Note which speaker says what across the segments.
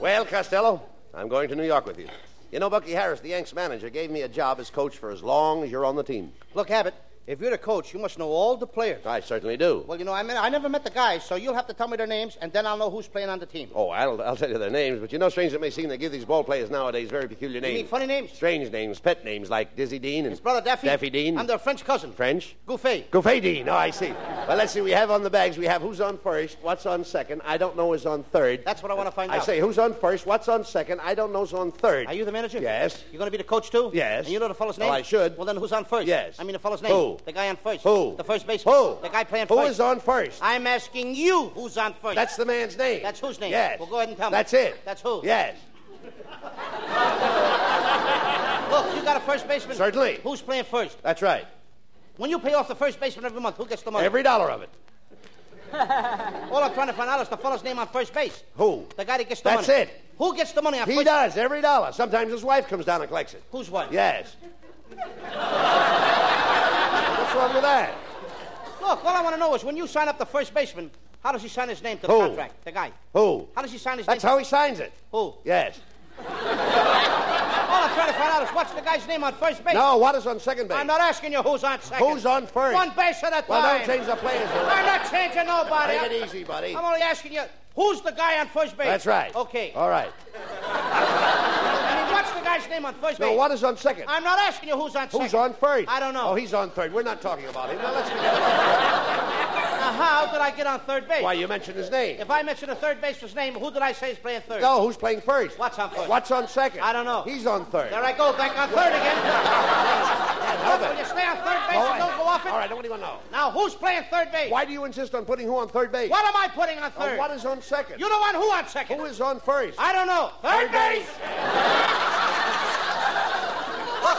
Speaker 1: Well, Costello, I'm going to New York with you. You know, Bucky Harris, the Yanks manager, gave me a job as coach for as long as you're on the team.
Speaker 2: Look, Abbott, if you're the coach, you must know all the players.
Speaker 1: I certainly do.
Speaker 2: Well, you know, I mean, I never met the guys, so you'll have to tell me their names, and then I'll know who's playing on the team.
Speaker 1: Oh, I'll, I'll tell you their names, but you know, strange as it may seem, they give these ball players nowadays very peculiar names.
Speaker 2: mean funny names?
Speaker 1: Strange names, pet names like Dizzy Dean and
Speaker 2: His brother Daffy.
Speaker 1: Daffy Dean.
Speaker 2: I'm their French cousin.
Speaker 1: French.
Speaker 2: Gouffet.
Speaker 1: Gouffet Dean. Oh, I see. Well, let's see. We have on the bags. We have who's on first, what's on second. I don't know is on third.
Speaker 2: That's what I want to find
Speaker 1: I
Speaker 2: out.
Speaker 1: say who's on first, what's on second. I don't know's on third.
Speaker 2: Are you the manager?
Speaker 1: Yes.
Speaker 2: You're going to be the coach, too?
Speaker 1: Yes.
Speaker 2: And you know the fellow's
Speaker 1: Well,
Speaker 2: name?
Speaker 1: I should.
Speaker 2: Well, then who's on first?
Speaker 1: Yes.
Speaker 2: I mean, the fellow's name.
Speaker 1: Who?
Speaker 2: The guy on first.
Speaker 1: Who?
Speaker 2: The first baseman.
Speaker 1: Who?
Speaker 2: The guy playing
Speaker 1: Who
Speaker 2: first.
Speaker 1: is on first?
Speaker 2: I'm asking you who's on first.
Speaker 1: That's the man's name.
Speaker 2: That's whose name?
Speaker 1: Yes.
Speaker 2: Well, go ahead and tell me.
Speaker 1: That's it.
Speaker 2: That's who?
Speaker 1: Yes.
Speaker 2: Look, you got a first baseman?
Speaker 1: Certainly.
Speaker 2: Who's playing first?
Speaker 1: That's right.
Speaker 2: When you pay off the first baseman every month, who gets the money?
Speaker 1: Every dollar of it.
Speaker 2: All I'm trying to find out is the fellow's name on first base.
Speaker 1: Who?
Speaker 2: The guy that gets the
Speaker 1: That's
Speaker 2: money.
Speaker 1: it.
Speaker 2: Who gets the money on
Speaker 1: He
Speaker 2: first
Speaker 1: does every dollar. Sometimes his wife comes down and collects it.
Speaker 2: Whose wife?
Speaker 1: Yes. What's wrong with that?
Speaker 2: Look, all I want to know is when you sign up the first baseman, how does he sign his name to the
Speaker 1: Who?
Speaker 2: contract? The guy.
Speaker 1: Who?
Speaker 2: How does he sign his
Speaker 1: That's
Speaker 2: name?
Speaker 1: how he signs it.
Speaker 2: Who?
Speaker 1: Yes.
Speaker 2: All I'm trying to find out is what's the guy's name on first base.
Speaker 1: No, what is on second base?
Speaker 2: I'm not asking you who's on second.
Speaker 1: Who's on first?
Speaker 2: One base at a time.
Speaker 1: Well, don't change the players. Lou.
Speaker 2: I'm not changing nobody.
Speaker 1: Take it easy, buddy.
Speaker 2: I'm only asking you who's the guy on first base.
Speaker 1: That's right.
Speaker 2: Okay.
Speaker 1: All right.
Speaker 2: I mean, what's the guy's name on first
Speaker 1: No,
Speaker 2: base?
Speaker 1: what is on second?
Speaker 2: I'm not asking you who's on second.
Speaker 1: Who's on first?
Speaker 2: I don't know.
Speaker 1: Oh, he's on third. We're not talking about him. Now let's forget about
Speaker 2: Now, how did I get on third base?
Speaker 1: why you mentioned his name.
Speaker 2: If I mention a third baseman's name, who did I say is playing third?
Speaker 1: No, who's playing first?
Speaker 2: What's on first?
Speaker 1: What's on second?
Speaker 2: I don't know.
Speaker 1: He's on third.
Speaker 2: There I go, back on third
Speaker 1: How
Speaker 2: again.
Speaker 1: about-
Speaker 2: Will you stay on third base
Speaker 1: All
Speaker 2: and
Speaker 1: right.
Speaker 2: don't go off it?
Speaker 1: All right, I don't even know.
Speaker 2: Now, who's playing third base?
Speaker 1: Why do you insist on putting who on third base?
Speaker 2: What am I putting on
Speaker 1: Now,
Speaker 2: third?
Speaker 1: what is on second?
Speaker 2: You don't want who on second?
Speaker 1: Who is on first?
Speaker 2: I don't know. Third,
Speaker 1: Third
Speaker 2: base.
Speaker 1: base.
Speaker 2: Look,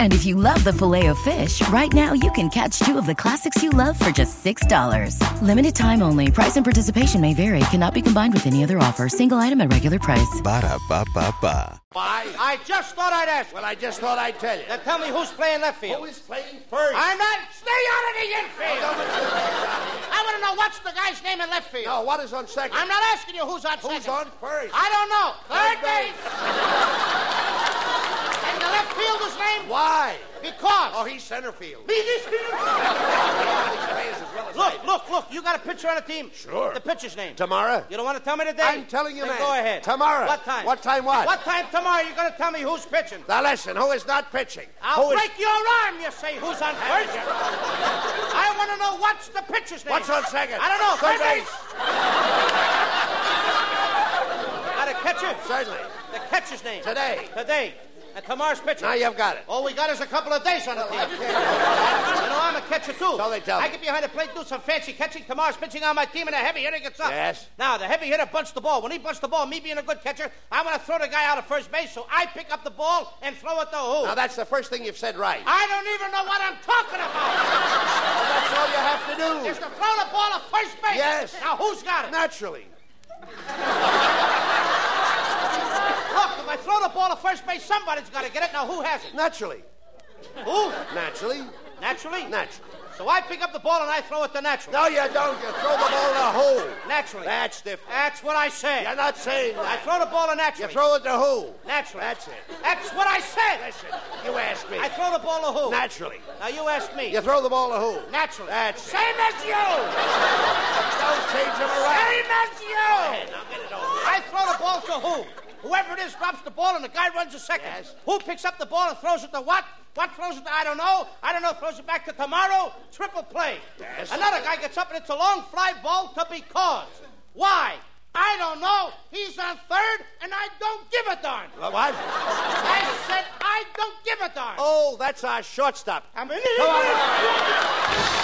Speaker 3: And if you love the filet of fish, right now you can catch two of the classics you love for just $6. Limited time only. Price and participation may vary. Cannot be combined with any other offer. Single item at regular price.
Speaker 4: Ba-da-ba-ba-ba.
Speaker 1: Why?
Speaker 2: I just thought I'd ask.
Speaker 1: Well, I just thought I'd tell you.
Speaker 2: Now tell me who's playing left field.
Speaker 1: Who is playing first?
Speaker 2: I'm not. Stay out of the infield. I want to know what's the guy's name in left field.
Speaker 1: No, what is on second?
Speaker 2: I'm not asking you who's on
Speaker 1: Who's
Speaker 2: second.
Speaker 1: on first?
Speaker 2: I don't know. Third
Speaker 1: Third
Speaker 2: base.
Speaker 1: base.
Speaker 2: and the left fielder's name?
Speaker 1: Why?
Speaker 2: Because.
Speaker 1: Oh, he's center field.
Speaker 2: Me, this-
Speaker 1: He plays as well as I
Speaker 2: Look,
Speaker 1: do.
Speaker 2: look, look. You got a pitcher on the team.
Speaker 1: Sure.
Speaker 2: The pitcher's name.
Speaker 1: Tomorrow?
Speaker 2: You don't want to tell me today?
Speaker 1: I'm telling you,
Speaker 2: then
Speaker 1: man.
Speaker 2: Go ahead.
Speaker 1: Tomorrow.
Speaker 2: What time?
Speaker 1: What time what?
Speaker 2: What time tomorrow you're going to tell me who's pitching?
Speaker 1: Now listen, who is not pitching?
Speaker 2: I'll
Speaker 1: Who is-
Speaker 2: break your arm, you say, who's on first. I want to know what's the pitcher's name.
Speaker 1: What's on second?
Speaker 2: I don't know.
Speaker 1: Third
Speaker 2: base. Got a catcher?
Speaker 1: Certainly.
Speaker 2: The catcher's name.
Speaker 1: Today.
Speaker 2: Today. And tomorrow's pitcher.
Speaker 1: Now you've got it.
Speaker 2: All we got is a couple of days on the field. You know, I'm a catcher too.
Speaker 1: So they tell
Speaker 2: I
Speaker 1: me.
Speaker 2: get behind the plate, do some fancy catching. Tomorrow's pitching on my team, and a heavy hitter gets up.
Speaker 1: Yes.
Speaker 2: Now, the heavy hitter bunts the ball. When he bunts the ball, me being a good catcher, I want to throw the guy out of first base, so I pick up the ball and throw it to who?
Speaker 1: Now that's the first thing you've said right.
Speaker 2: I don't even know what I'm talking about.
Speaker 1: That's all you have to
Speaker 2: Just
Speaker 1: do.
Speaker 2: to throw the ball to first base.
Speaker 1: Yes.
Speaker 2: Now, who's got it?
Speaker 1: Naturally.
Speaker 2: Look, if I throw the ball to first base, somebody's got to get it. Now, who has it?
Speaker 1: Naturally.
Speaker 2: Who?
Speaker 1: Naturally.
Speaker 2: Naturally?
Speaker 1: Naturally.
Speaker 2: So I pick up the ball and I throw it to Natural.
Speaker 1: No, you don't. You throw the ball in a hole.
Speaker 2: Naturally.
Speaker 1: That's different.
Speaker 2: That's what I said.
Speaker 1: You're not saying
Speaker 2: I
Speaker 1: that.
Speaker 2: throw the ball to
Speaker 1: You
Speaker 2: Naturally.
Speaker 1: throw it to who?
Speaker 2: Naturally.
Speaker 1: That's it.
Speaker 2: That's what I said.
Speaker 1: Listen, you ask me.
Speaker 2: I throw the ball to who?
Speaker 1: Naturally.
Speaker 2: Now you ask me.
Speaker 1: You throw the ball to who?
Speaker 2: Naturally.
Speaker 1: That's
Speaker 2: Same as you.
Speaker 1: Don't change them around.
Speaker 2: Same as you.
Speaker 1: Now get it over.
Speaker 2: I throw the ball to who? Whoever it is drops the ball and the guy runs a second.
Speaker 1: Yes.
Speaker 2: Who picks up the ball and throws it to what? What throws it to I don't know. I don't know. Throws it back to tomorrow. Triple play.
Speaker 1: Yes.
Speaker 2: Another guy gets up and it's a long fly ball to be caused. Why? I don't know. He's on third and I don't give a darn.
Speaker 1: Uh, What?
Speaker 2: I said I don't give a darn.
Speaker 1: Oh, that's our shortstop.
Speaker 2: I'm
Speaker 1: Come on.